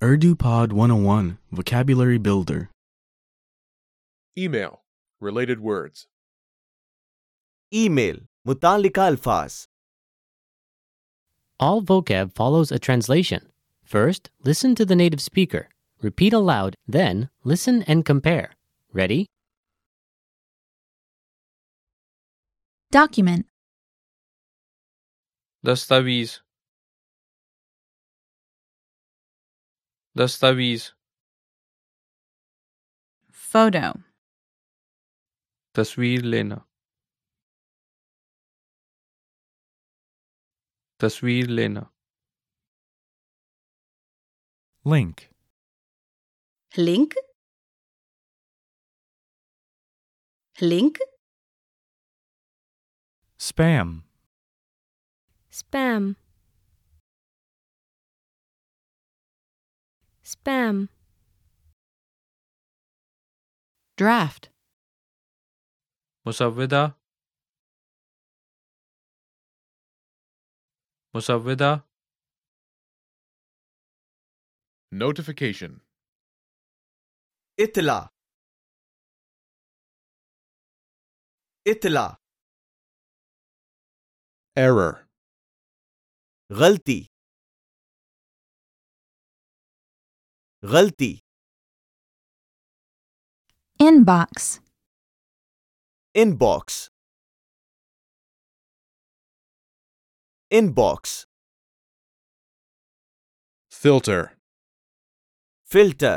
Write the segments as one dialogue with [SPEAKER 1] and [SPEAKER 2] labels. [SPEAKER 1] UrduPod 101 Vocabulary Builder.
[SPEAKER 2] Email. Related words.
[SPEAKER 3] Email मुतालिका अल्फाज
[SPEAKER 4] All vocab follows a translation. First, listen to the native speaker. Repeat aloud, then, listen and compare. Ready?
[SPEAKER 5] Document.
[SPEAKER 6] دستاویز دستاویز
[SPEAKER 5] Photo.
[SPEAKER 6] تصویر لینا تصویر لینا
[SPEAKER 7] Link.
[SPEAKER 8] Link. Link.
[SPEAKER 7] Spam.
[SPEAKER 9] spam spam
[SPEAKER 5] Draft.
[SPEAKER 6] مسوده مسوده
[SPEAKER 2] Notification.
[SPEAKER 3] इतला इतला
[SPEAKER 2] Error.
[SPEAKER 3] गलती गलती
[SPEAKER 5] Inbox.
[SPEAKER 3] Inbox inbox
[SPEAKER 2] Filter.
[SPEAKER 3] filter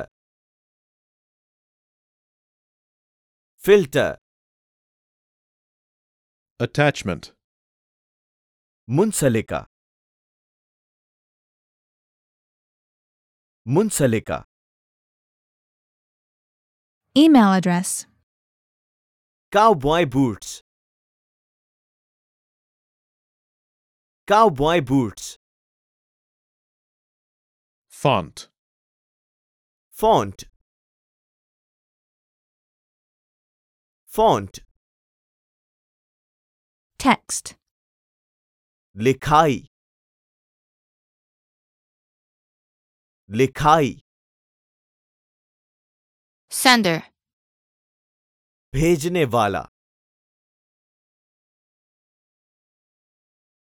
[SPEAKER 3] filter
[SPEAKER 2] Attachment.
[SPEAKER 3] منسلکا منسلکا
[SPEAKER 5] Email address.
[SPEAKER 3] cowboy boots cowboy boots
[SPEAKER 2] Font.
[SPEAKER 3] font font
[SPEAKER 5] Text.
[SPEAKER 3] लिखाई लिखाई
[SPEAKER 8] Sender.
[SPEAKER 3] भेजने वाला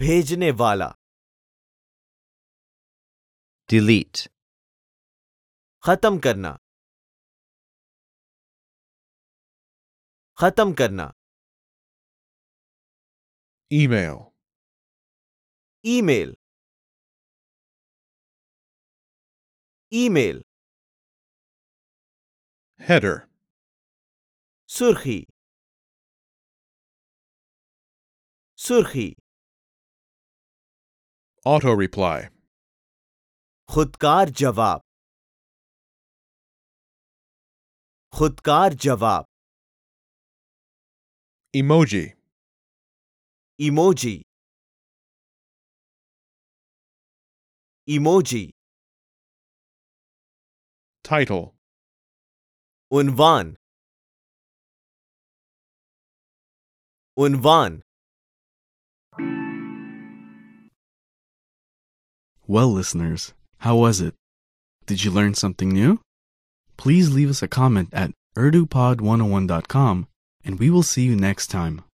[SPEAKER 3] भेजने वाला
[SPEAKER 10] delete,
[SPEAKER 3] खत्म करना खत्म करना
[SPEAKER 2] Email.
[SPEAKER 3] Email email
[SPEAKER 2] Header.
[SPEAKER 3] सुर्खी सुर्खी
[SPEAKER 2] Auto reply.
[SPEAKER 3] खुदकार जवाब खुदकार जवाब
[SPEAKER 2] Emoji.
[SPEAKER 3] Emoji emoji
[SPEAKER 2] Title.
[SPEAKER 3] उनवान उनवान
[SPEAKER 1] Well, listeners, how was it? Did you learn something new? oh Please leave us a comment at urdupod101.com and we will see you next time.